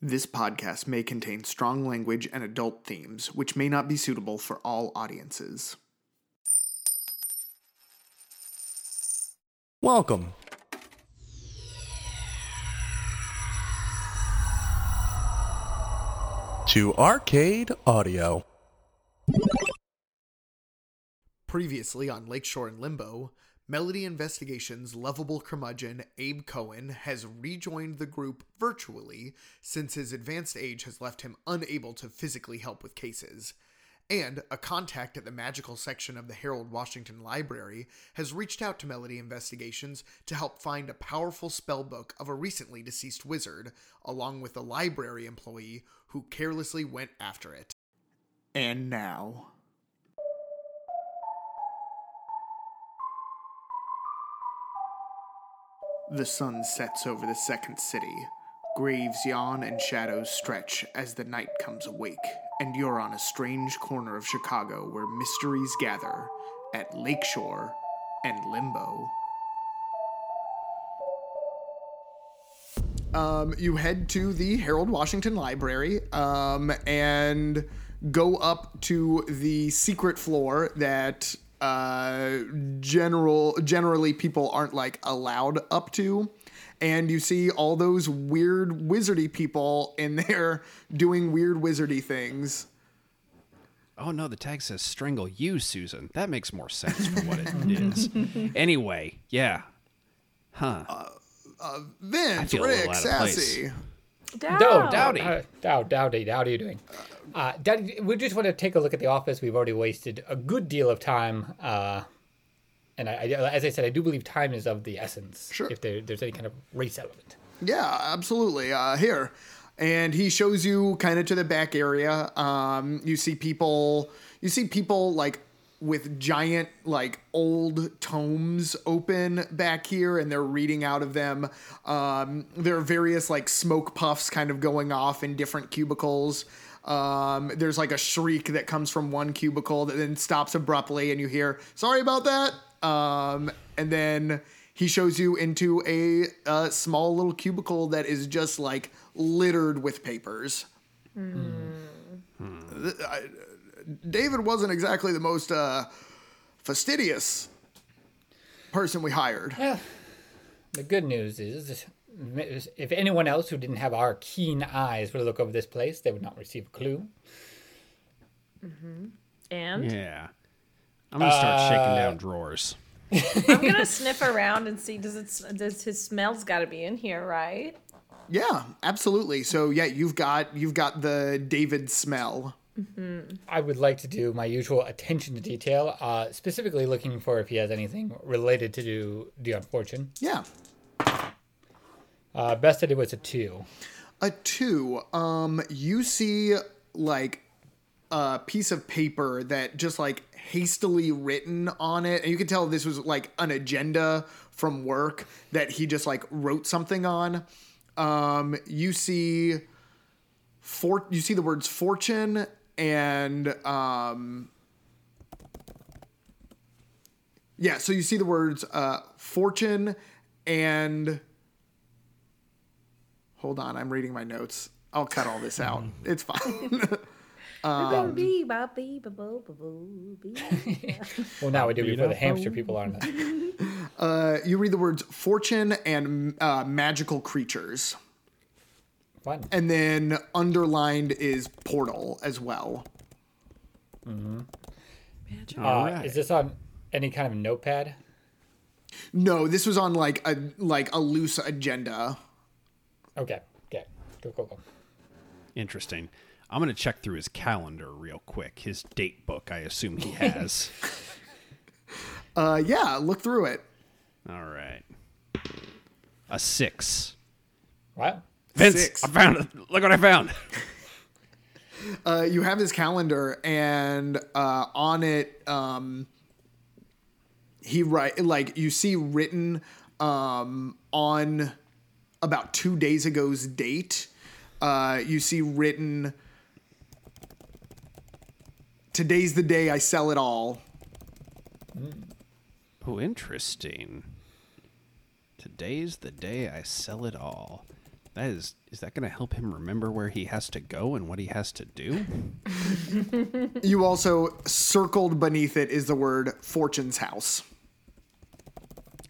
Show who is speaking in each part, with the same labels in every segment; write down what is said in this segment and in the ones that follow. Speaker 1: This podcast may contain strong language and adult themes, which may not be suitable for all audiences.
Speaker 2: Welcome to Arcade Audio.
Speaker 1: Previously on Lakeshore and Limbo, Melody Investigations' lovable curmudgeon Abe Cohen has rejoined the group virtually since his advanced age has left him unable to physically help with cases. And a contact at the magical section of the Harold Washington Library has reached out to Melody Investigations to help find a powerful spellbook of a recently deceased wizard, along with a library employee who carelessly went after it. And now. The sun sets over the second city. Graves yawn and shadows stretch as the night comes awake, and you're on a strange corner of Chicago where mysteries gather at Lakeshore and Limbo. Um, you head to the Harold Washington Library um, and go up to the secret floor that uh, general generally people aren't like allowed up to and you see all those weird wizardy people in there doing weird wizardy things
Speaker 3: Oh no, the tag says strangle you, Susan. That makes more sense for what it is. Anyway, yeah.
Speaker 1: vince
Speaker 3: feel a little
Speaker 1: rick
Speaker 3: out of
Speaker 1: sassy
Speaker 4: Dow.
Speaker 5: No,
Speaker 3: Dowdy.
Speaker 5: Uh, Dow, Dowdy, Dowdy, you doing? Uh, Dowdy, we just want to take a look at the office. We've already wasted a good deal of time, uh, and I, I, as I said, I do believe time is of the essence.
Speaker 1: Sure.
Speaker 5: If there, there's any kind of race element.
Speaker 1: yeah absolutely uh, here and he shows you kind of to the back area um, you see people you see people like with giant like old tomes open back here and they're reading out of them um, there are various like smoke puffs kind of going off in different cubicles um, there's like a shriek that comes from one cubicle that then stops abruptly and you hear sorry about that um, and then he shows you into a, uh small little cubicle that is just like littered with papers Th- I- david wasn't exactly the most uh, fastidious person we hired
Speaker 5: The good news is, if anyone else who didn't have our keen eyes were to look over this place, they would not receive a clue.
Speaker 4: And
Speaker 3: Yeah. I'm gonna start
Speaker 5: Uh,
Speaker 3: shaking down drawers.
Speaker 4: I'm gonna sniff around and see does it does his smell's got to be in here, right?
Speaker 1: yeah absolutely so yeah you've got you've got the david smell
Speaker 5: I would like to do my usual attention to detail, uh, specifically looking for if he has anything related to do Dion Fortune.
Speaker 1: yeah
Speaker 5: Uh, best I did was a two.
Speaker 1: a two um you see like a piece of paper that just like hastily written on it and you can tell this was like an agenda from work that he just like wrote something on um you see for you see the words fortune and um yeah so you see the words uh fortune and hold on i'm reading my notes i'll cut all this out it's fine
Speaker 5: Um,
Speaker 4: Bee, ba, bee, ba, bo, ba, boo, bee.
Speaker 5: Well, now we do before the hamster people are. not
Speaker 1: uh, you read the words fortune and uh, magical creatures
Speaker 5: Fun.
Speaker 1: and then underlined is portal as well
Speaker 5: Uh,
Speaker 3: Alright.
Speaker 5: Is this on any kind of notepad?
Speaker 1: no this was on like a like a loose agenda
Speaker 5: Okay. Okay. Cool, cool, cool.
Speaker 3: Interesting. I'm gonna check through his calendar real quick. His date book, I assume he has.
Speaker 1: uh, yeah look through it
Speaker 3: All right. A six.
Speaker 5: Wow.
Speaker 3: Vince,
Speaker 1: Six.
Speaker 3: I found it. Look what I found.
Speaker 1: uh, you have this calendar and uh, on it um, he write like you see written um, on about two days ago's date uh, you see written today's the day i sell it all
Speaker 3: Oh, interesting. Today's the day I sell it all. That is, is that going to help him remember where he has to go and what he has to do?
Speaker 1: You also circled beneath it is the word fortune's house.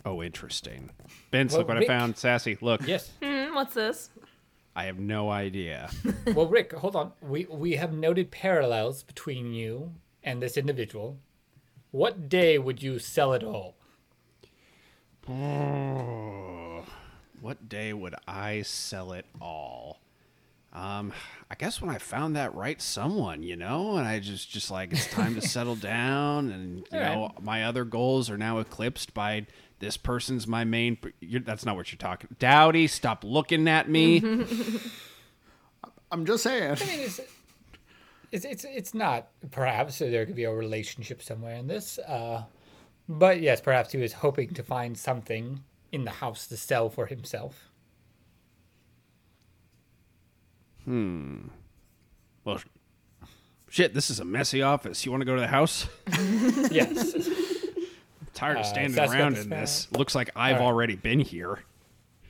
Speaker 3: Oh, interesting. Vince, look
Speaker 5: Well,
Speaker 3: what
Speaker 5: Rick-
Speaker 3: I found. Sassy, look.
Speaker 5: Yes.
Speaker 4: Hmm, what's this?
Speaker 3: I have no idea.
Speaker 5: well, Rick, hold on. We we have noted parallels between you and this individual. What day would you sell it all?
Speaker 3: Oh, what day would I sell it all? Um, I guess when I found that right someone, you know, and I just just like it's time to settle down, and you
Speaker 5: All
Speaker 3: know my other goals are now eclipsed by this person's my main. You're, that's not what you're talking. Dowdy, stop looking at me.
Speaker 1: I'm just saying.
Speaker 5: I mean, it's, it's it's it's not. Perhaps there could be a relationship somewhere in this. Uh, but yes, perhaps he was hoping to find something in the house to sell for himself.
Speaker 3: Well, shit, this is a messy office. You want to go to the house?
Speaker 5: Yes.
Speaker 3: tired of standing
Speaker 5: Uh, that's got
Speaker 3: around
Speaker 5: the
Speaker 3: in
Speaker 5: smell.
Speaker 3: this. Looks like I've
Speaker 5: right.
Speaker 3: already been here.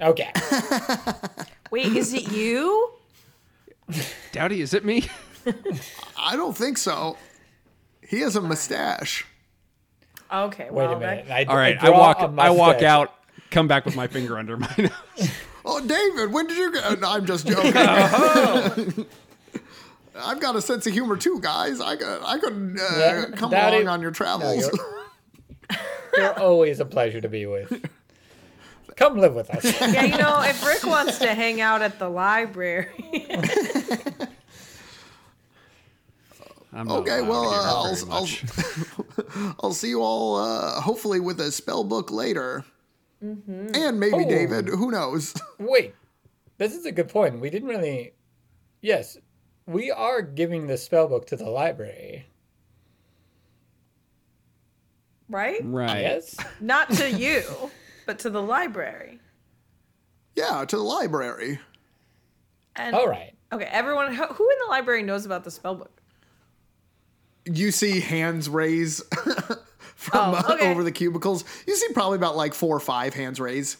Speaker 5: okay.
Speaker 4: Wait, is it you?
Speaker 3: Dowdy, is it me?
Speaker 1: I don't think so. He has a mustache.
Speaker 4: Okay,
Speaker 5: Wait
Speaker 4: well,
Speaker 5: a minute.
Speaker 4: that,
Speaker 5: I,
Speaker 3: All right, I,
Speaker 5: draw
Speaker 3: walk.
Speaker 5: a
Speaker 3: I walk
Speaker 5: mustache.
Speaker 3: out. Come back with my finger under my nose.
Speaker 1: Oh, David, when did you get? uh, No, I'm just joking.
Speaker 5: Uh-huh.
Speaker 1: I've got a sense of humor too, guys. I could, I could uh,
Speaker 5: Yeah,
Speaker 1: come
Speaker 5: that
Speaker 1: along
Speaker 5: is-
Speaker 1: on your travels.
Speaker 5: you're- You're always a pleasure to be with. Come live with us.
Speaker 4: yeah, you know, if Rick wants to hang out at the library,
Speaker 3: I'm not
Speaker 1: okay,
Speaker 3: allowed
Speaker 1: well,
Speaker 3: here
Speaker 1: uh, I'll,
Speaker 3: very
Speaker 1: I'll,
Speaker 3: much.
Speaker 1: I'll see you all uh, hopefully with a spell book later, and maybe
Speaker 5: Oh.
Speaker 1: David. Who knows?
Speaker 5: Wait, this is a good point. We didn't really. Yes, we are giving the spell book to the library.
Speaker 4: right?
Speaker 3: right.
Speaker 5: Yes.
Speaker 4: Not to you, but to the library.
Speaker 1: yeah, to the library.
Speaker 4: And
Speaker 5: All right.
Speaker 4: Okay, everyone, who who in the library knows about the spell book?
Speaker 1: You see hands raise from
Speaker 4: Oh,
Speaker 1: uh,
Speaker 4: okay.
Speaker 1: over the cubicles. You see probably about like four or five hands raise.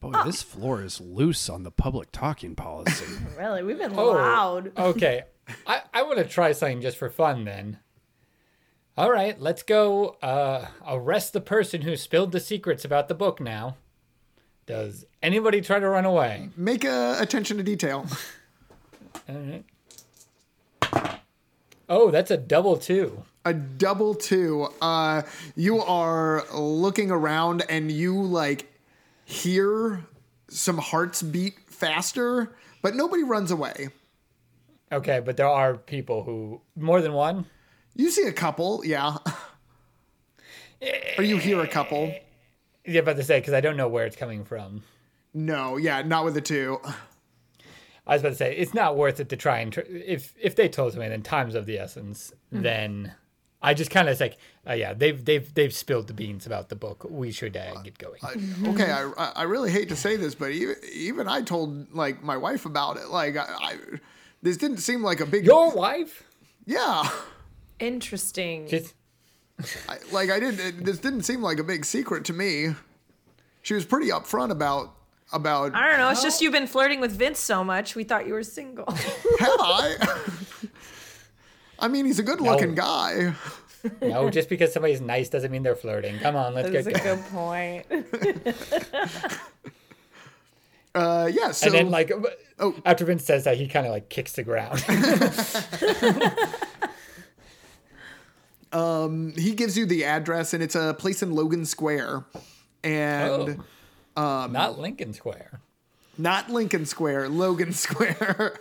Speaker 3: Boy, this floor is loose on the public talking policy.
Speaker 4: Really, we've been
Speaker 5: Oh,
Speaker 4: loud.
Speaker 5: okay. I, I want to try something just for fun then. All right, let's go uh, arrest the person who spilled the secrets about the book now. Does anybody try to run away?
Speaker 1: Make a attention to detail.
Speaker 5: All right. Oh, that's a double two.
Speaker 1: a double two. Uh, you are looking around and you like hear some hearts beat faster, but nobody runs away.
Speaker 5: Okay, but there are people who more than one.
Speaker 1: You see a couple, yeah. or you hear a couple.
Speaker 5: Yeah, about to say because I don't know where it's coming from.
Speaker 1: No, yeah, not with a two.
Speaker 5: I was about to say it's not worth it to try and tr- if if they told me then times of the essence then I just kind of like uh, yeah they've they've they've spilled the beans about the book we should uh, get going
Speaker 1: okay, I, I- I really hate to say this, but even, even I told like my wife about it. Like I, I this didn't seem like a big
Speaker 5: your wife
Speaker 1: yeah.
Speaker 4: Interesting.
Speaker 5: just
Speaker 1: I, like I didn't. It, this didn't seem like a big secret to me. She was pretty upfront about about.
Speaker 4: I don't know. It's just you've been flirting with Vince so much. We thought you were single.
Speaker 1: Have I? I mean, he's a good-looking
Speaker 5: No.
Speaker 1: guy.
Speaker 5: no just because somebody's nice doesn't mean they're flirting come on let's
Speaker 4: That's
Speaker 5: get
Speaker 4: a
Speaker 5: going
Speaker 4: good point.
Speaker 1: Uh, yeah. So
Speaker 5: and then like after Vince says that he kind of like kicks the ground
Speaker 1: he gives you the address, and it's a place in Logan Square,
Speaker 5: Oh.
Speaker 1: and
Speaker 5: not Lincoln Square
Speaker 1: not Lincoln Square, Logan Square.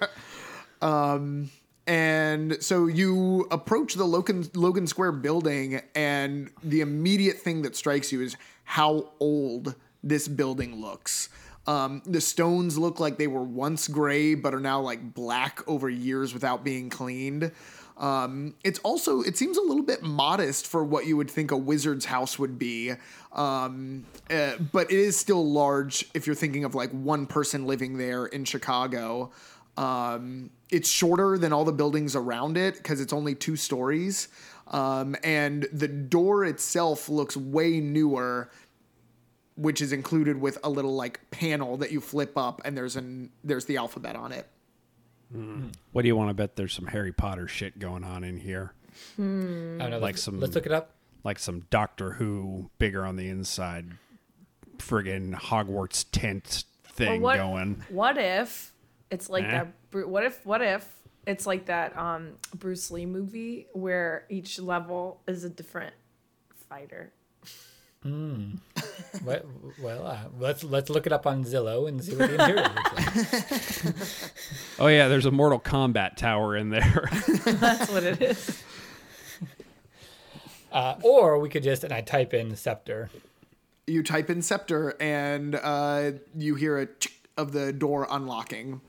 Speaker 1: um, and so you approach the Logan Logan Square building, and the immediate thing that strikes you is how old this building looks. Um, the stones look like they were once gray, but are now like black over years without being cleaned. Um, it's also it seems a little bit modest for what you would think a wizard's house would be, um, uh, but it is still large if you're thinking of like one person living there in Chicago. Um, it's shorter than all the buildings around it because it's only two stories, um, and the door itself looks way newer which is included with a little like panel that you flip up and there's an there's the alphabet on it.
Speaker 3: What do you want to bet there's some Harry Potter shit going on in here?
Speaker 5: I don't know.
Speaker 3: Like
Speaker 5: let's,
Speaker 3: some-
Speaker 5: Let's look it up.
Speaker 3: Like some Doctor Who bigger on the inside friggin' Hogwarts tent
Speaker 4: Well,
Speaker 3: thing
Speaker 4: what,
Speaker 3: going.
Speaker 4: What if it's like
Speaker 3: Eh?
Speaker 4: that that? What if? What if it's like that um, Bruce Lee movie where each level is a different fighter?
Speaker 5: What, well, uh, let's let's look it up on Zillow and see what the interior looks like.
Speaker 3: Oh yeah, there's a Mortal Kombat tower in there.
Speaker 4: That's what it is.
Speaker 5: Uh, or we could just and I type in scepter.
Speaker 1: You type in scepter and uh, you hear a chick of the door unlocking.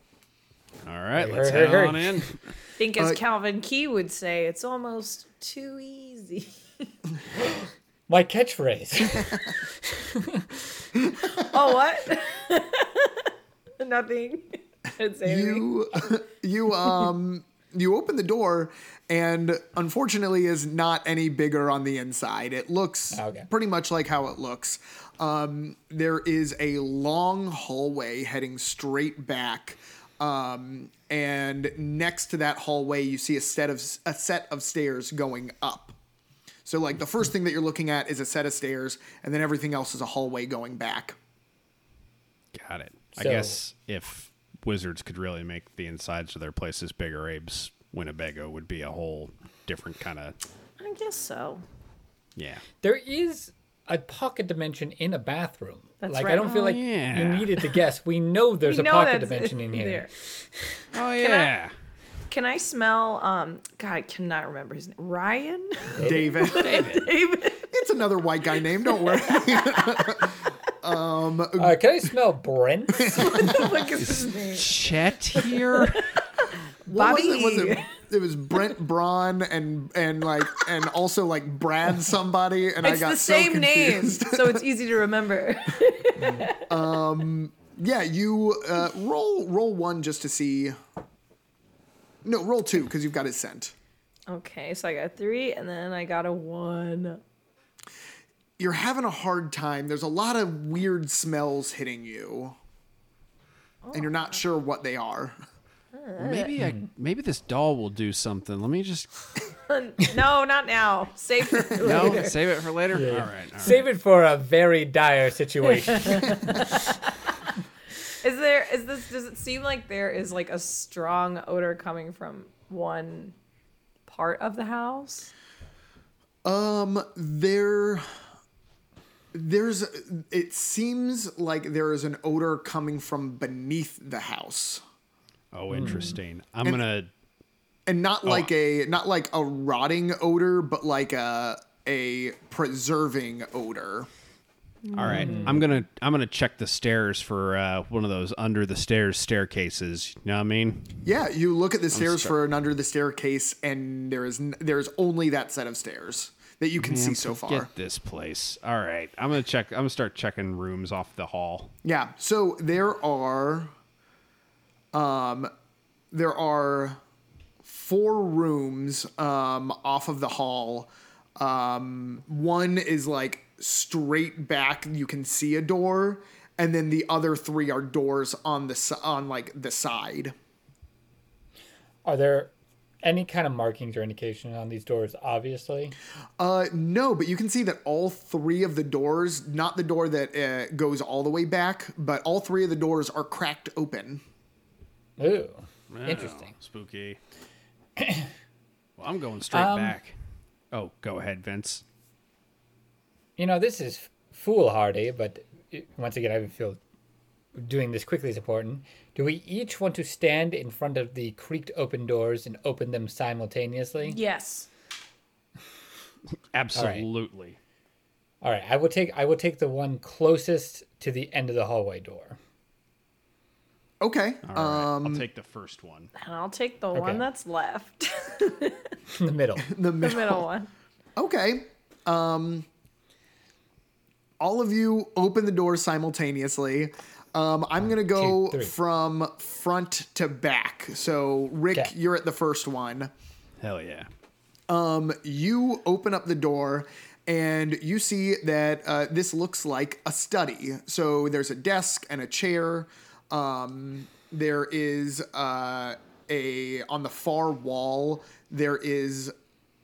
Speaker 3: All right,
Speaker 5: Hey,
Speaker 3: let's
Speaker 5: hey,
Speaker 3: head
Speaker 5: hey.
Speaker 3: on in.
Speaker 4: think as
Speaker 1: Uh,
Speaker 4: Calvin Key would say, it's almost too easy.
Speaker 5: My catchphrase.
Speaker 4: oh what? Nothing. I didn't say anything.
Speaker 1: you you um you open the door and unfortunately is not any bigger on the inside it looks
Speaker 5: Okay.
Speaker 1: pretty much like how it looks um there is a long hallway heading straight back um and next to that hallway you see a set of a set of stairs going up so like the first thing that you're looking at is a set of stairs and then everything else is a hallway going back
Speaker 3: Got it. I
Speaker 5: So-
Speaker 3: guess if wizards could really make the insides of their places bigger, Abe's Winnebago would be a whole different kind of
Speaker 4: I guess so.
Speaker 3: yeah.
Speaker 5: there is a pocket dimension in a bathroom.
Speaker 4: That's
Speaker 5: like I
Speaker 4: right.
Speaker 5: don't feel
Speaker 3: Oh,
Speaker 5: like
Speaker 3: yeah.
Speaker 5: you needed to guess. We know there's
Speaker 4: We
Speaker 5: a
Speaker 4: know
Speaker 5: pocket
Speaker 4: that's
Speaker 5: dimension in here.
Speaker 4: there.
Speaker 3: Oh yeah.
Speaker 4: Can I smell? Um, God, I cannot remember his name. Ryan.
Speaker 1: david
Speaker 4: David.
Speaker 1: it's another white guy name don't worry
Speaker 5: Uh, can I smell Brent?
Speaker 4: Look at his name.
Speaker 3: Chet here.
Speaker 1: What
Speaker 4: Bobby.
Speaker 1: Was it, was it, it was Brent Braun and and like and also like Brad somebody and I
Speaker 4: It's
Speaker 1: got
Speaker 4: the same
Speaker 1: so
Speaker 4: name,
Speaker 1: confused.
Speaker 4: so it's easy to remember.
Speaker 1: Yeah, you uh, roll roll one just to see. No, roll two because you've got his scent.
Speaker 4: okay, so I got a three, and then I got a one.
Speaker 1: You're having a hard time. There's a lot of weird smells hitting you, and you're not sure what they are.
Speaker 3: maybe I maybe this doll will do something. Let me just
Speaker 4: no, not now. Save it. for
Speaker 3: no
Speaker 4: later.
Speaker 3: save it for later. All right. All right.
Speaker 5: Save it for a very dire situation.
Speaker 4: Is there? Is this? Does it seem like there is like a strong odor coming from one part of the house?
Speaker 1: Um, there, there's. It seems like there is an odor coming from beneath the house.
Speaker 3: Oh, interesting. I'm gonna.
Speaker 1: and not like a not like a rotting odor but like a a preserving odor
Speaker 3: All right. I'm gonna. I'm gonna check the stairs for uh, one of those under the stairs staircases. You know what I mean?
Speaker 1: yeah you look at the stairs for an under the staircase and there is n- there's only that set of stairs that you can see so far
Speaker 3: Get this place. All right. I'm gonna check. I'm gonna start checking rooms off the hall.
Speaker 1: yeah so there are um there are four rooms um off of the hall um one is like straight back you can see a door and then the other three are doors on the s- on like the side
Speaker 5: Are there any kind of markings or indication on these doors? Obviously,
Speaker 1: Uh, no, but you can see that all three of the doors, not the door that uh, goes all the way back, but all three of the doors are cracked open.
Speaker 5: ooh, interesting.
Speaker 3: Spooky. well, I'm going straight
Speaker 5: Um,
Speaker 3: back. Oh, go ahead, Vince.
Speaker 5: You know, this is foolhardy, but it- once again, I feel doing this quickly is important. Do we each want to stand in front of the creaked open doors and open them simultaneously?
Speaker 4: Yes.
Speaker 3: Absolutely.
Speaker 5: All right, I will take I will take the one closest to the end of the hallway door.
Speaker 1: Okay.
Speaker 3: All
Speaker 1: Uh,
Speaker 3: right. Um, I'll take the first one.
Speaker 4: And I'll take the one that's left,
Speaker 5: In the middle.
Speaker 1: the
Speaker 4: the
Speaker 1: middle.
Speaker 4: middle one.
Speaker 1: Okay. Um, all of you open the doors simultaneously. Um, I'm gonna go
Speaker 5: two, three.
Speaker 1: from front to back. So Rick,
Speaker 5: Okay.
Speaker 1: you're at the first one.
Speaker 3: Hell yeah.
Speaker 1: you open up the door and you see that uh, this looks like a study. So there's a desk and a chair. Um, there is uh, a on the far wall. There is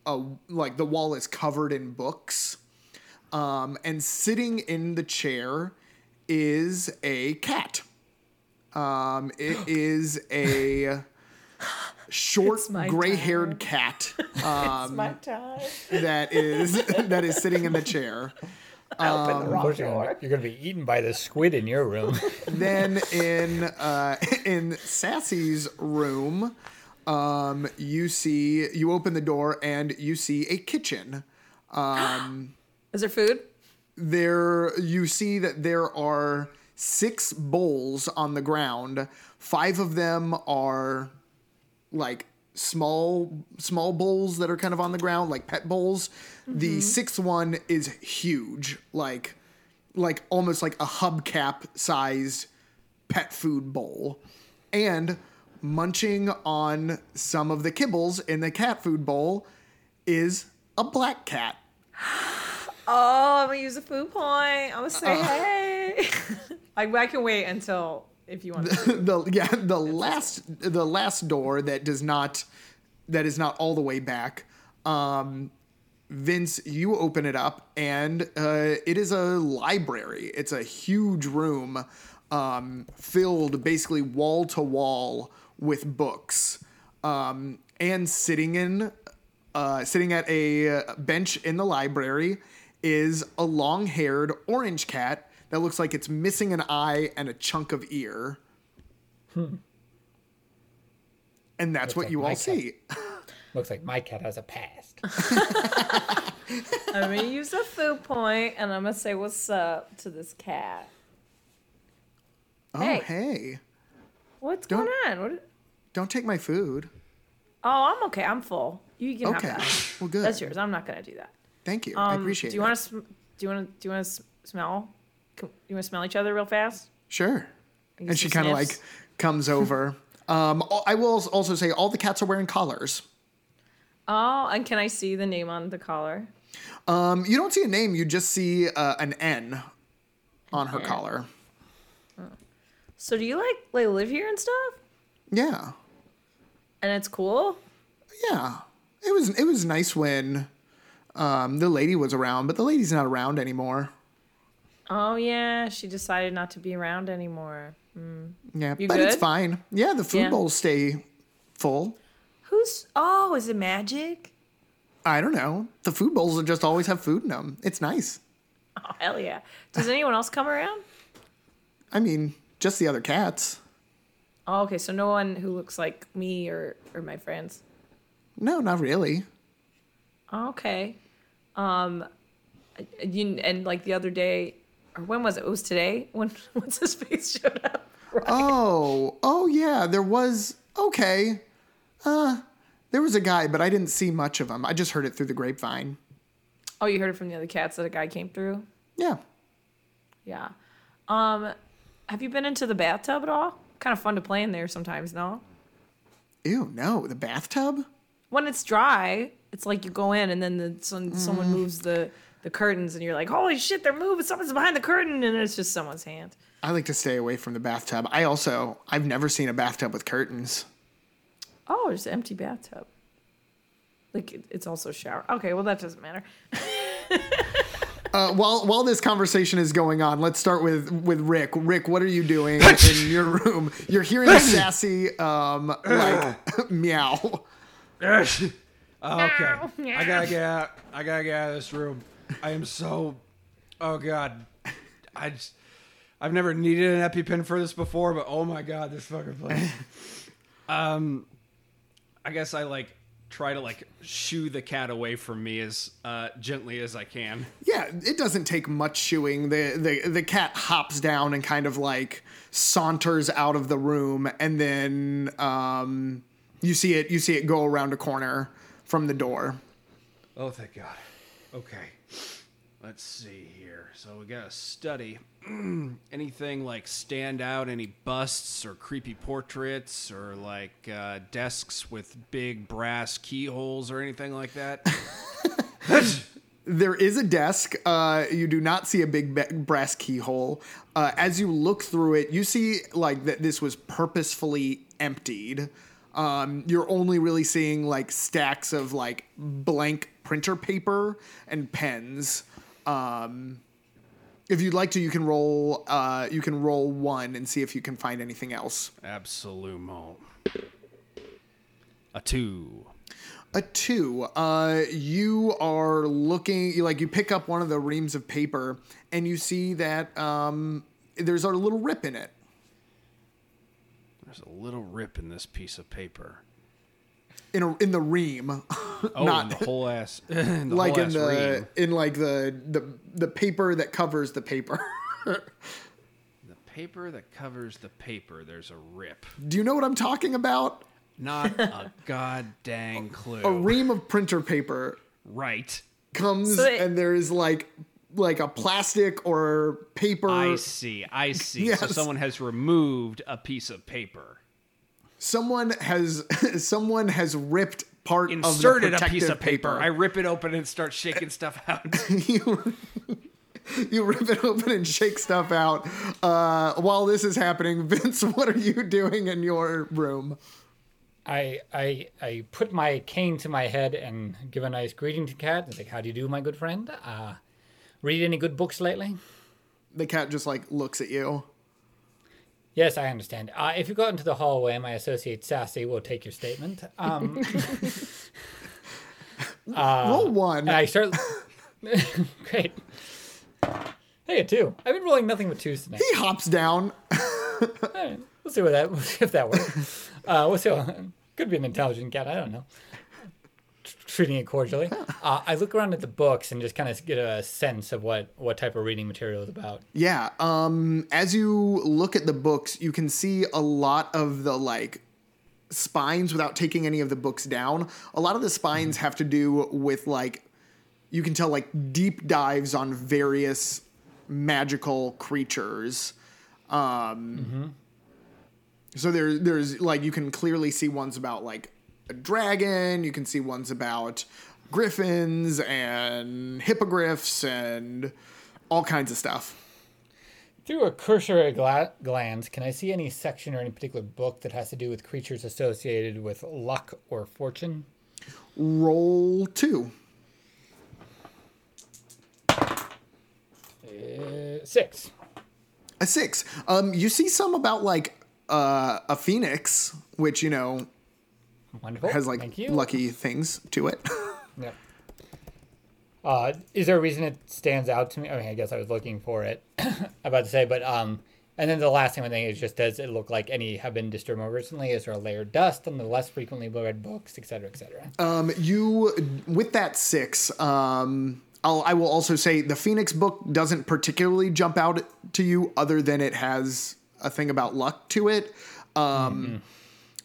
Speaker 1: a like the wall is covered in books, um, and sitting in the chair is a cat. Um, it is a short
Speaker 4: It's my
Speaker 1: gray-haired cat. Um,
Speaker 4: it's my time.
Speaker 1: that is that is sitting in the chair.
Speaker 4: Open the wrong
Speaker 5: Unfortunately,
Speaker 4: door.
Speaker 5: you're going to be eaten by the squid in your room.
Speaker 1: Then in uh, in Sassy's room, um, you see you open the door and you see a kitchen.
Speaker 4: Is there food?
Speaker 1: There you see that there are six bowls on the ground. Five of them are like small small bowls that are kind of on the ground like pet bowls the sixth one is huge like like almost like a hubcap sized pet food bowl and munching on some of the kibbles in the cat food bowl is a black cat
Speaker 4: Oh, I'm gonna use a food point. I'm gonna say hey. I, I can wait until if you want. to.
Speaker 1: the yeah the last the last door that does not that is not all the way back um vince you open it up and uh it is a library it's a huge room um filled basically wall to wall with books um and sitting in uh sitting at a bench in the library is a long-haired orange cat that looks like it's missing an eye and a chunk of ear and that's what
Speaker 5: like
Speaker 1: you
Speaker 5: my
Speaker 1: all
Speaker 5: cat.
Speaker 1: see.
Speaker 5: Looks like my cat has a past.
Speaker 4: I'm gonna use a food point, and I'm gonna say what's up to this cat.
Speaker 1: Oh,
Speaker 4: Hey.
Speaker 1: hey.
Speaker 4: What's
Speaker 1: Don't-
Speaker 4: going on? What?
Speaker 1: Don't take my food.
Speaker 4: Oh, I'm okay. I'm full. You can
Speaker 1: Okay.
Speaker 4: have that.
Speaker 1: Well, good.
Speaker 4: That's yours. I'm not gonna do that.
Speaker 1: Thank you.
Speaker 4: Um,
Speaker 1: I appreciate it.
Speaker 4: Do you want to? Sm- do you want to? Do you want to smell? Can, you want to smell each other real fast?
Speaker 1: Sure.
Speaker 4: Give
Speaker 1: And she
Speaker 4: some
Speaker 1: kind of like
Speaker 4: sniffs.
Speaker 1: comes over. um, al- I will als- also say all the cats are wearing collars.
Speaker 4: Oh, and can I see the name on the collar?
Speaker 1: Um, you don't see a name, you just see uh, an N on her collar.
Speaker 4: So do you like like live here and stuff?
Speaker 1: Yeah.
Speaker 4: And it's cool.
Speaker 1: Yeah. It was it was nice when um, the lady was around, but the lady's not around anymore.
Speaker 4: Oh yeah, she decided not to be around anymore.
Speaker 1: Yeah,
Speaker 4: You
Speaker 1: but it's
Speaker 4: good?
Speaker 1: fine. Yeah, the food
Speaker 4: Yeah.
Speaker 1: bowls stay full.
Speaker 4: Who's? Oh, is it magic?
Speaker 1: I don't know. The food bowls just always have food in them. It's nice.
Speaker 4: Oh hell yeah! Does anyone else come around?
Speaker 1: I mean, just the other cats.
Speaker 4: Oh, okay. So no one who looks like me or or my friends. Oh,
Speaker 1: No, not really.
Speaker 4: Okay. Um, and you, and like the other day, or when was it? It was today when once his face showed up.
Speaker 1: Oh, oh yeah, there was. Okay. Uh, there was a guy, but I didn't see much of him. I just heard it through the grapevine.
Speaker 4: Oh, you heard it from the other cats that a guy came through.
Speaker 1: Yeah.
Speaker 4: Yeah. Um, have you been into the bathtub at all? Kind of fun to play in there sometimes, no?
Speaker 1: Ew, no, the bathtub?
Speaker 4: When it's dry, it's like you go in and then the, some, someone moves the the curtains and you're like, holy shit, they're moving. Someone's behind the curtain, and it's just someone's hand.
Speaker 1: I like to stay away from the bathtub. I also, I've never seen a bathtub with curtains.
Speaker 4: Oh, there's an empty bathtub. Like it, it's also a shower. Okay, well that doesn't matter.
Speaker 1: Uh, while while this conversation is going on, let's start with with Rick. Rick, what are you doing in your room? You're hearing sassy um like meow.
Speaker 6: okay. I gotta get out. I gotta get out of this room. I am so. Oh god. I just. I've never needed an EpiPen for this before, but oh my god, this fucking place. um, I guess I like try to like shoo the cat away from me as uh, gently as I can.
Speaker 1: Yeah, it doesn't take much shooing. The, the the cat hops down and kind of like saunters out of the room, and then um, you see it you see it go around a corner from the door.
Speaker 6: Oh, thank God. Okay. Let's see here. So we got a study. Anything like stand out? Any busts or creepy portraits or like uh, desks with big brass keyholes or anything like that?
Speaker 1: There is a desk. Uh, you do not see a big ba- brass keyhole. Uh, as you look through it, you see like that this was purposefully emptied. Um, you're only really seeing like stacks of like blank printer paper and pens. Um, if you'd like to, you can roll. Uh, you can roll one and see if you can find anything else.
Speaker 3: Absolumo. A two.
Speaker 1: A two. Uh, you are looking you, like you pick up one of the reams of paper and you see that um, there's a little rip in it.
Speaker 3: There's a little rip in this piece of paper.
Speaker 1: In a, in the ream,
Speaker 3: Oh,
Speaker 1: Not-
Speaker 3: and the whole ass, in the
Speaker 1: like
Speaker 3: whole
Speaker 1: in
Speaker 3: ass
Speaker 1: the
Speaker 3: ream.
Speaker 1: in like the, the the paper that covers the paper.
Speaker 3: the paper that covers the paper. There's a rip.
Speaker 1: Do you know what I'm talking about?
Speaker 3: Not a god dang clue.
Speaker 1: A ream of printer paper
Speaker 3: right.
Speaker 1: comes
Speaker 4: So it-
Speaker 1: and there is like like a plastic or paper.
Speaker 3: I see. I see. So
Speaker 1: Yes.
Speaker 3: someone has removed a piece of paper.
Speaker 1: Someone has someone has ripped part
Speaker 3: Inserted
Speaker 1: of
Speaker 3: a
Speaker 1: the
Speaker 3: piece of
Speaker 1: protective
Speaker 3: paper.
Speaker 1: paper.
Speaker 3: I rip it open and start shaking stuff out.
Speaker 1: you you rip it open and shake stuff out. Uh, while this is happening, Vince, what are you doing in your room?
Speaker 5: I, I I put my cane to my head and give a nice greeting to Cat. It's like, how do you do, my good friend? Uh, read any good books lately?
Speaker 1: The cat just like looks at you.
Speaker 5: Yes, I understand. Uh, if you got into the hallway, my associate Sassy will take your statement. Um,
Speaker 1: Roll one.
Speaker 5: and I start. Great. Hey, a two. I've been rolling nothing but twos tonight.
Speaker 1: he hops down.
Speaker 5: We'll see what that we'll see if that works. Uh, we'll see. What, could be an intelligent cat. I don't know. Tr- Treating it cordially. Uh, I look around at the books and just kind of get a sense of what what type of reading material is about.
Speaker 1: Yeah. Um, as you look at the books, you can see a lot of the like spines without taking any of the books down. A lot of the spines have to do with like you can tell like deep dives on various magical creatures. Um, So there, there's like you can clearly see ones about like a dragon. You can see ones about griffins and hippogriffs and all kinds of stuff.
Speaker 5: Through a cursory gla- glance, can I see any section or any particular book that has to do with creatures associated with luck or fortune?
Speaker 1: Roll two.
Speaker 5: Uh, six.
Speaker 1: A six. Um, you see some about like uh, a phoenix, which you know
Speaker 5: Wonderful.
Speaker 1: has like
Speaker 5: Thank you.
Speaker 1: lucky things to it.
Speaker 5: Yep. Uh, is there a reason it stands out to me? I mean, I guess I was looking for it. I'm about to say, but um, and then the last thing I think is just does it look like any have been disturbed more recently? Is there a layer of dust on the less frequently read books, et cetera, et cetera?
Speaker 1: um, you with that six. Um, I'll, I will also say the phoenix book doesn't particularly jump out to you, other than it has a thing about luck to it. Um,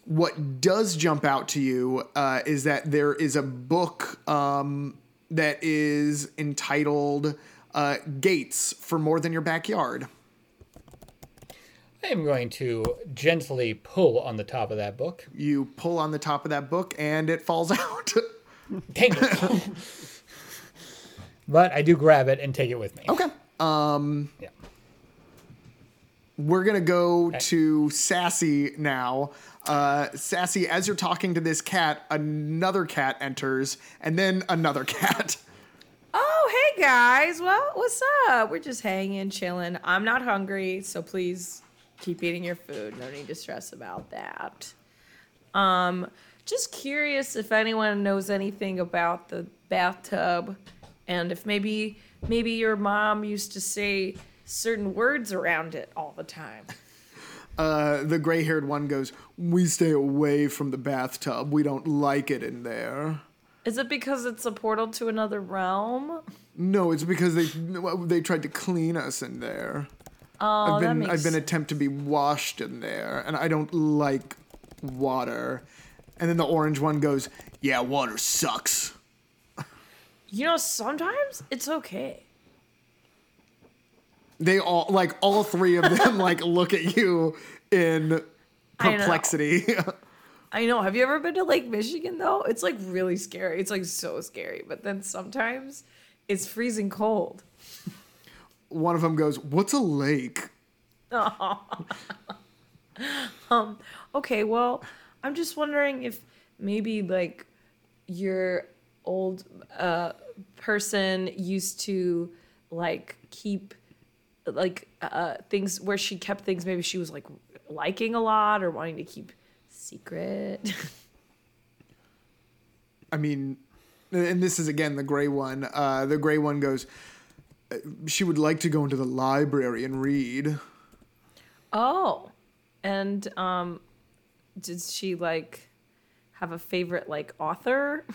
Speaker 1: What does jump out to you uh, is that there is a book um, that is entitled uh, "Gates for More Than Your Backyard."
Speaker 5: I am going to gently pull on the top of that book.
Speaker 1: you pull on the top of that book and it falls out.
Speaker 5: Dang it! but I do grab it and take it with me.
Speaker 1: okay. Um,
Speaker 5: Yeah.
Speaker 1: We're going to go to Sassy now. Uh, Sassy, as you're talking to this cat, another cat enters and then another cat.
Speaker 4: Oh, hey guys. Well, what's up? We're just hanging, chilling. I'm not hungry, so please keep eating your food. No need to stress about that. Um, just curious if anyone knows anything about the bathtub and if maybe maybe your mom used to say certain words around it all the time.
Speaker 1: Uh, the gray haired one goes, We stay away from the bathtub. We don't like it in there.
Speaker 4: Is it because it's a portal to another realm?
Speaker 1: No, it's because they they tried to clean us in there.
Speaker 4: Oh,
Speaker 1: I've
Speaker 4: that
Speaker 1: been
Speaker 4: makes
Speaker 1: I've been attempt to be washed in there, and I don't like water. And then the orange one goes, "Yeah, water sucks."
Speaker 4: You know, sometimes it's okay.
Speaker 1: They all like all three of them like look at you in
Speaker 4: I know.
Speaker 1: perplexity.
Speaker 4: I know. Have you ever been to Lake Michigan though? It's like really scary. It's like so scary. But then sometimes It's freezing cold.
Speaker 1: One of them goes, "What's a lake?"
Speaker 4: Um, Okay, well, I'm just wondering if maybe like your old uh, person used to like keep like uh, things where she kept things. Maybe she was like liking a lot or wanting to keep secret.
Speaker 1: I mean, and this is again the gray one. Uh, the gray one goes, "Uh, "She would like to go into the library and read."
Speaker 4: Oh, and um, did she like have a favorite like author?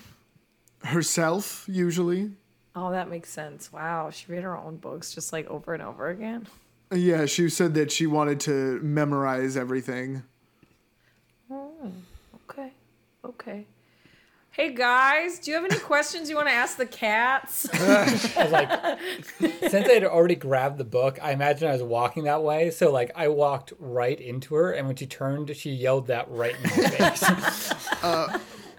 Speaker 1: herself usually
Speaker 4: Oh, that makes sense. Wow, she read her own books just like over and over again.
Speaker 1: yeah she said that she wanted to memorize everything
Speaker 4: Okay, okay. Hey guys, do you have any questions you want to ask the cats?
Speaker 5: Since I had already grabbed the book, I imagine I was walking that way. So, like, I walked right into her, and when she turned, she yelled that right in my face.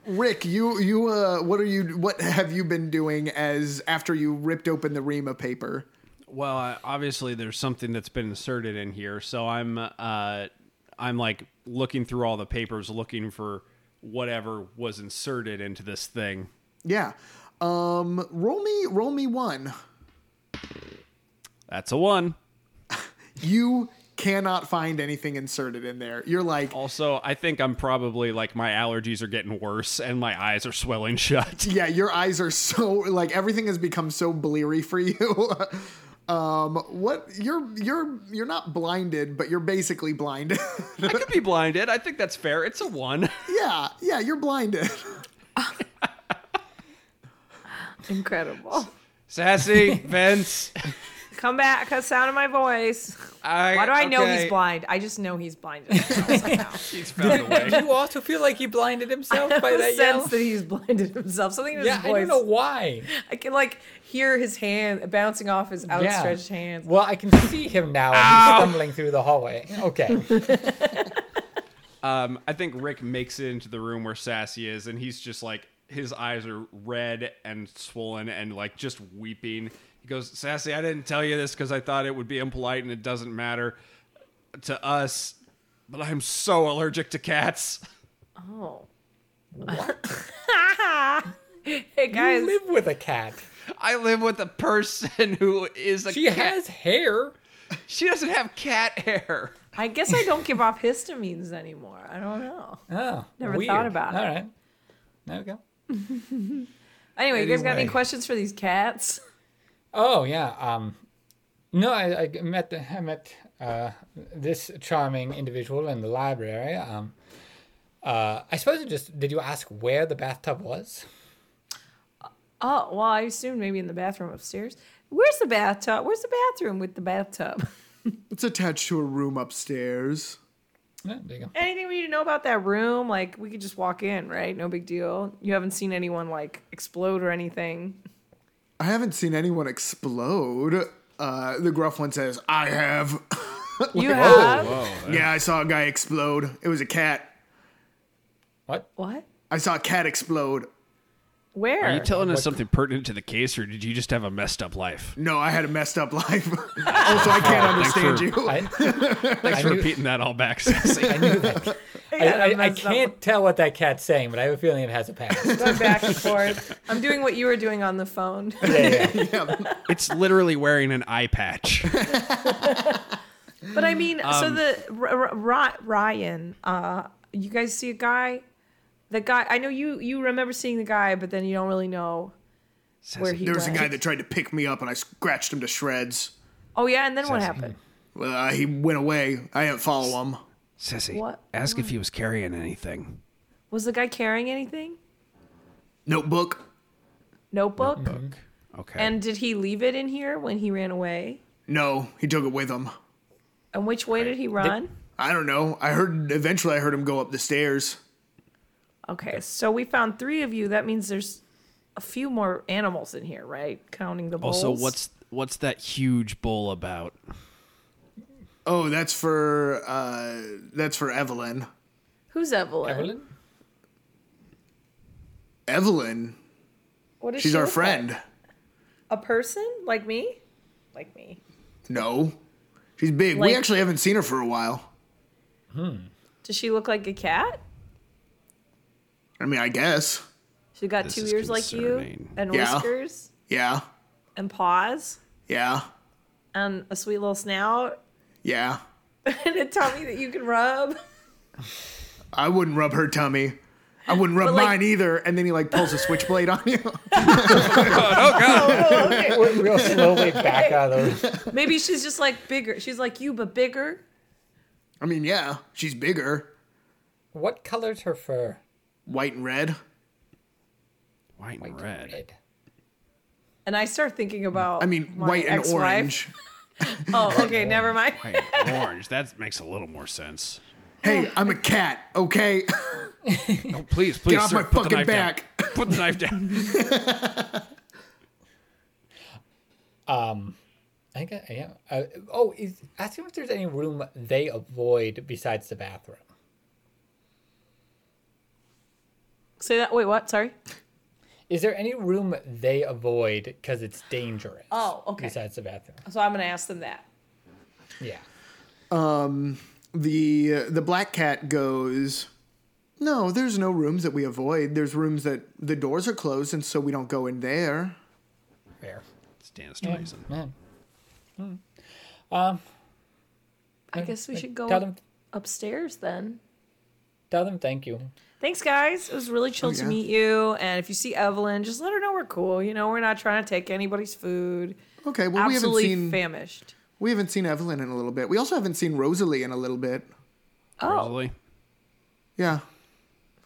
Speaker 1: rick you you uh what are you what have you been doing as after you ripped open the ream of paper
Speaker 3: Well, uh, obviously there's something that's been inserted in here, so I'm uh, I'm like looking through all the papers, looking for whatever was inserted into this thing.
Speaker 1: yeah um roll me roll me one
Speaker 3: That's a one.
Speaker 1: you cannot find anything inserted in there you're like
Speaker 3: Also, I think I'm probably like my allergies are getting worse and my eyes are swelling shut.
Speaker 1: yeah your eyes are so like everything has become so bleary for you um what you're you're you're not blinded but you're basically blinded
Speaker 3: I could be blinded. I think that's fair. It's a one.
Speaker 1: yeah yeah you're blinded
Speaker 4: Incredible.
Speaker 6: Sassy, Vince.
Speaker 4: Come back, a sound of my voice.
Speaker 6: I,
Speaker 4: Why do I know he's
Speaker 6: okay.
Speaker 4: blind? I just know he's blind. I
Speaker 6: He's found a way.
Speaker 5: you also feel like he blinded himself
Speaker 4: have a sense that he's blinded himself. Something in his
Speaker 5: Yeah, I
Speaker 4: voice.
Speaker 5: don't know why.
Speaker 4: I can like hear his hand bouncing off his outstretched hands.
Speaker 5: Well, I can see him now. and He's stumbling through the hallway. Okay.
Speaker 3: Um, I think Rick makes it into the room where Sassy is, and he's just like his eyes are red and swollen and like just weeping.
Speaker 6: He goes, Sassy, I didn't tell you this because I thought it would be impolite and it doesn't matter to us, but I'm so allergic to cats.
Speaker 4: Oh. hey guys,
Speaker 5: You live with a cat.
Speaker 6: I live with a person who is a
Speaker 5: She
Speaker 6: cat.
Speaker 5: has hair.
Speaker 6: she doesn't have cat hair.
Speaker 4: I guess I don't give off histamines anymore. I don't know.
Speaker 5: Oh,
Speaker 4: Never
Speaker 5: weird.
Speaker 4: thought about it.
Speaker 5: All right. There we go.
Speaker 4: Anyway, you guys got any
Speaker 5: Anyway.
Speaker 4: questions for these cats?
Speaker 5: Oh yeah. Um, no, I, I met the, I met uh, this charming individual in the library. Um, uh, I suppose it just did you ask where the bathtub was?
Speaker 4: Oh, well, I assumed maybe in the bathroom upstairs. Where's the bathtub? Where's the bathroom with the bathtub?
Speaker 1: It's attached to a room upstairs.
Speaker 5: Yeah, there you go.
Speaker 4: Anything we need to know about that room? Like, we could just walk in, right? No big deal. You haven't seen anyone, like, explode or anything.
Speaker 1: I haven't seen anyone explode. Uh, the gruff one says, I have.
Speaker 4: You have?
Speaker 1: yeah, I saw a guy explode. It was a cat.
Speaker 5: What?
Speaker 4: What?
Speaker 1: I saw a cat explode.
Speaker 4: Where?
Speaker 3: Are you telling us something pertinent to the case, or did you just have a messed up life?
Speaker 1: No, I had a messed up life. also, I can't understand
Speaker 3: for-
Speaker 1: you.
Speaker 5: I,
Speaker 3: Thanks for repeating that all back, Sassy.
Speaker 5: I, I, I
Speaker 4: messed up.
Speaker 5: can't tell what that cat's saying, but I have a feeling it has a past.
Speaker 4: Going back and forth. I'm doing what you were doing on the phone.
Speaker 5: yeah, yeah.
Speaker 3: it's literally wearing an eye patch.
Speaker 4: But
Speaker 3: Mm,
Speaker 4: I mean,
Speaker 3: um,
Speaker 4: so the R- R- R- Ryan, uh, you guys see a guy, the guy. I know you you remember seeing the guy, but then you don't really know where he
Speaker 1: There was a
Speaker 4: went.
Speaker 1: guy that tried to pick me up and I scratched him to shreds.
Speaker 4: Oh yeah, and then what happened?
Speaker 1: Well, Uh, he went away. I didn't follow him.
Speaker 3: Sassy,
Speaker 4: What?
Speaker 3: ask if he was carrying anything.
Speaker 4: Was the guy carrying anything?
Speaker 1: Notebook?
Speaker 4: Notebook.
Speaker 3: Mm-hmm. Okay.
Speaker 4: And did he leave it in here when he ran away?
Speaker 1: No, he took it with him.
Speaker 4: And which way did he run?
Speaker 1: I don't know. I heard, eventually, I heard him go up the stairs.
Speaker 4: okay, so we found three of you. That means there's a few more animals in here, right? Counting the bulls.
Speaker 3: also, what's what's that huge bowl about?
Speaker 1: Oh, that's for, uh, that's for Evelyn.
Speaker 4: who's Evelyn?
Speaker 5: Evelyn?
Speaker 1: Evelyn,
Speaker 4: What is
Speaker 1: she's
Speaker 4: she
Speaker 1: our
Speaker 4: look like?
Speaker 1: friend.
Speaker 4: a person like me, like me.
Speaker 1: No. She's big.
Speaker 4: Like-
Speaker 1: we actually haven't seen her for a while.
Speaker 4: Does she look like a cat?
Speaker 1: I mean, I guess.
Speaker 4: She got
Speaker 3: This
Speaker 4: two
Speaker 3: is
Speaker 4: ears like you
Speaker 3: concerning.
Speaker 4: and
Speaker 1: Yeah.
Speaker 4: whiskers
Speaker 1: Yeah.
Speaker 4: and paws
Speaker 1: Yeah.
Speaker 4: and a sweet little snout
Speaker 1: Yeah.
Speaker 4: and a tummy that you can rub.
Speaker 1: I wouldn't rub her tummy. I wouldn't rub
Speaker 4: But, like-
Speaker 1: mine either. And then he like pulls a switchblade on you.
Speaker 4: Oh, okay.
Speaker 5: Real slowly back out of the
Speaker 4: Maybe she's just like bigger. She's like you but bigger.
Speaker 1: I mean, yeah, she's bigger,
Speaker 5: What color's her fur?
Speaker 1: white and red.
Speaker 3: White and red.
Speaker 4: And I start thinking about
Speaker 1: I mean,
Speaker 4: my
Speaker 1: white and
Speaker 4: ex-wife.
Speaker 1: orange.
Speaker 4: Oh, okay, never mind.
Speaker 3: White and orange. That makes a little more sense.
Speaker 1: Hey, I'm a cat, okay?
Speaker 3: Oh, please, please,
Speaker 1: Get off
Speaker 3: sir,
Speaker 1: my
Speaker 3: put the
Speaker 1: fucking
Speaker 3: knife down.
Speaker 1: back.
Speaker 3: Put the knife down.
Speaker 5: I think I am. Uh, oh, is asking if there's any room they avoid besides the bathroom.
Speaker 4: Say that. Wait, what? Sorry.
Speaker 5: Is there any room they avoid because it's dangerous?
Speaker 4: Oh, okay.
Speaker 5: Besides the bathroom.
Speaker 4: So I'm gonna ask them that.
Speaker 5: Yeah.
Speaker 1: The uh, the black cat goes, "No, there's no rooms that we avoid. There's rooms that the doors are closed and so we don't go in there."
Speaker 5: Fair.
Speaker 3: Stands to reason.
Speaker 5: Man.
Speaker 4: I guess we should go
Speaker 5: Tell them,
Speaker 4: upstairs then.
Speaker 5: tell them thank you.
Speaker 4: Thanks, guys. It was really chill to
Speaker 1: Oh, yeah.
Speaker 4: meet you. And if you see Evelyn, just let her know we're cool. You know, we're not trying to take anybody's food.
Speaker 1: Okay, well
Speaker 4: Absolutely
Speaker 1: we haven't seen
Speaker 4: famished.
Speaker 1: we haven't seen Evelyn in a little bit. We also haven't seen Rosalie in a little bit.
Speaker 4: Oh,
Speaker 3: Rosalie.
Speaker 1: Yeah,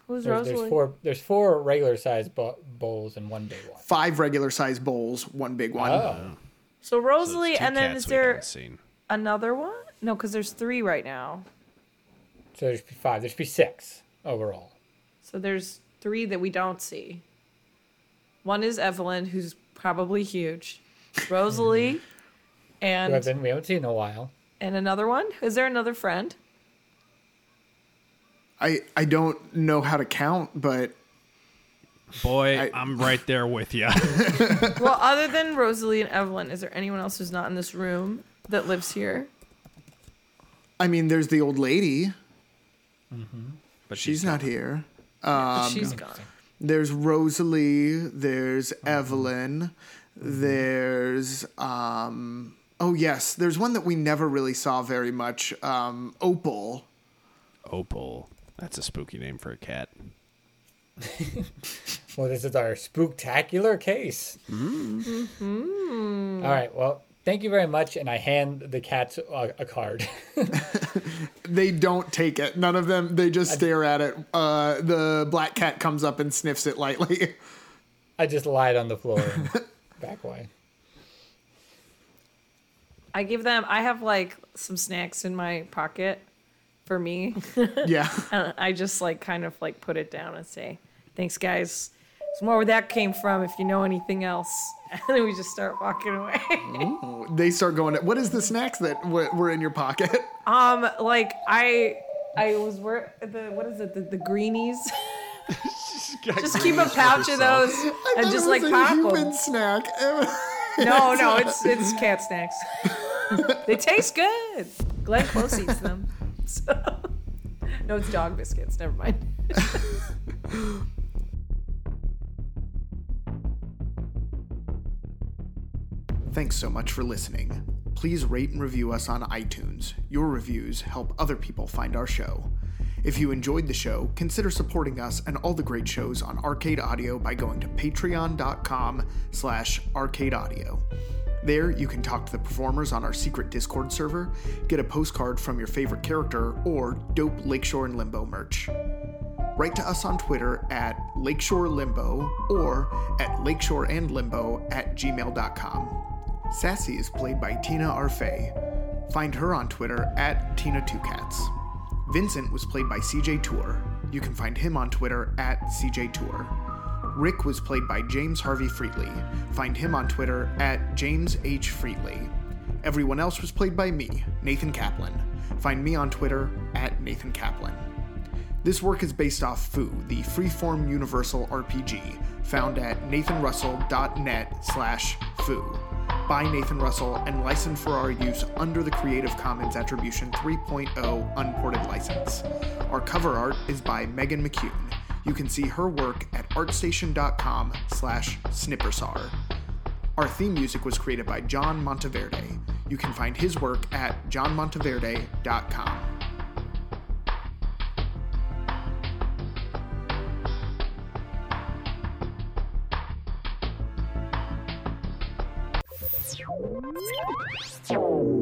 Speaker 4: who's
Speaker 5: There's, there's
Speaker 4: Rosalie?
Speaker 5: four. There's four regular sized bo- bowls and one big one.
Speaker 1: five regular sized bowls, one big one.
Speaker 5: Oh,
Speaker 4: So Rosalie,
Speaker 3: It's two
Speaker 4: and then
Speaker 3: cats
Speaker 4: is
Speaker 3: we haven't
Speaker 4: there
Speaker 3: seen.
Speaker 4: another one? No, because there's three right now.
Speaker 5: so there should be five. There should be six overall.
Speaker 4: So there's three that we don't see. One is Evelyn, who's probably huge. Rosalie,
Speaker 5: Who have
Speaker 4: and
Speaker 5: been, we haven't seen in a while.
Speaker 4: and another one. Is there another friend?
Speaker 1: I I don't know how to count, but
Speaker 3: Boy,
Speaker 1: I-
Speaker 3: I'm right there with you.
Speaker 4: Well, other than Rosalie and Evelyn, is there anyone else who's not in this room that lives here?
Speaker 1: I mean, there's the old lady.
Speaker 3: But
Speaker 1: She's not here.
Speaker 4: She's gone.
Speaker 1: There's Rosalie. There's Evelyn. There's um. Oh yes, there's one that we never really saw very much. Um, Opal.
Speaker 3: Opal. That's a spooky name for a cat.
Speaker 5: Well, this is our spooktacular case.
Speaker 4: Mm-hmm.
Speaker 5: All right. Well, thank you very much, and I hand the cats a, a card.
Speaker 1: They don't take it. None of them. They just stare at it. Uh, the black cat comes up and sniffs it lightly.
Speaker 5: I just lied on the floor. and back away.
Speaker 4: I give them. I have like some snacks in my pocket for me.
Speaker 1: yeah.
Speaker 4: And I just like kind of like put it down and say, "Thanks, guys." It's more where that came from. If you know anything else, and then we just start walking away.
Speaker 1: They start going. What is the snacks that w- were in your pocket?
Speaker 4: Um, like I, I was where the what is it the, the greenies? just keep a pouch of those and
Speaker 1: It was
Speaker 4: just like
Speaker 1: a
Speaker 4: pop 'em.
Speaker 1: human snack.
Speaker 4: No, no, it's it's cat snacks. they taste good. Glenn Close eats them. So. No, it's dog biscuits. Never mind.
Speaker 1: Thanks so much for listening. Please rate and review us on iTunes. Your reviews help other people find our show. If you enjoyed the show, consider supporting us and all the great shows on Arcade Audio by going to patreon.com slash arcadeaudio. There, you can talk to the performers on our secret Discord server, get a postcard from your favorite character, or dope Lakeshore and Limbo merch. Write to us on Twitter at Lakeshore Limbo or at lakeshoreandlimbo at gmail.com. Sassy is played by Tina Arfey. Find her on Twitter at Tina2Cats. Vincent was played by CJ Tour. You can find him on Twitter at CJ Tour. Rick was played by James Harvey Freetley. Find him on Twitter at James H. Freetley. Everyone else was played by me, Nathan Kaplan. Find me on Twitter at Nathan Kaplan. This work is based off Foo, the freeform universal RPG, found at nathanrussell.net slash foo, by Nathan Russell and licensed for our use under the Creative Commons Attribution 3.0 unported license. Our cover art is by Megan McCune. You can see her work at artstation.com slash snippersar. Our theme music was created by John Monteverde. You can find his work at johnmonteverde.com.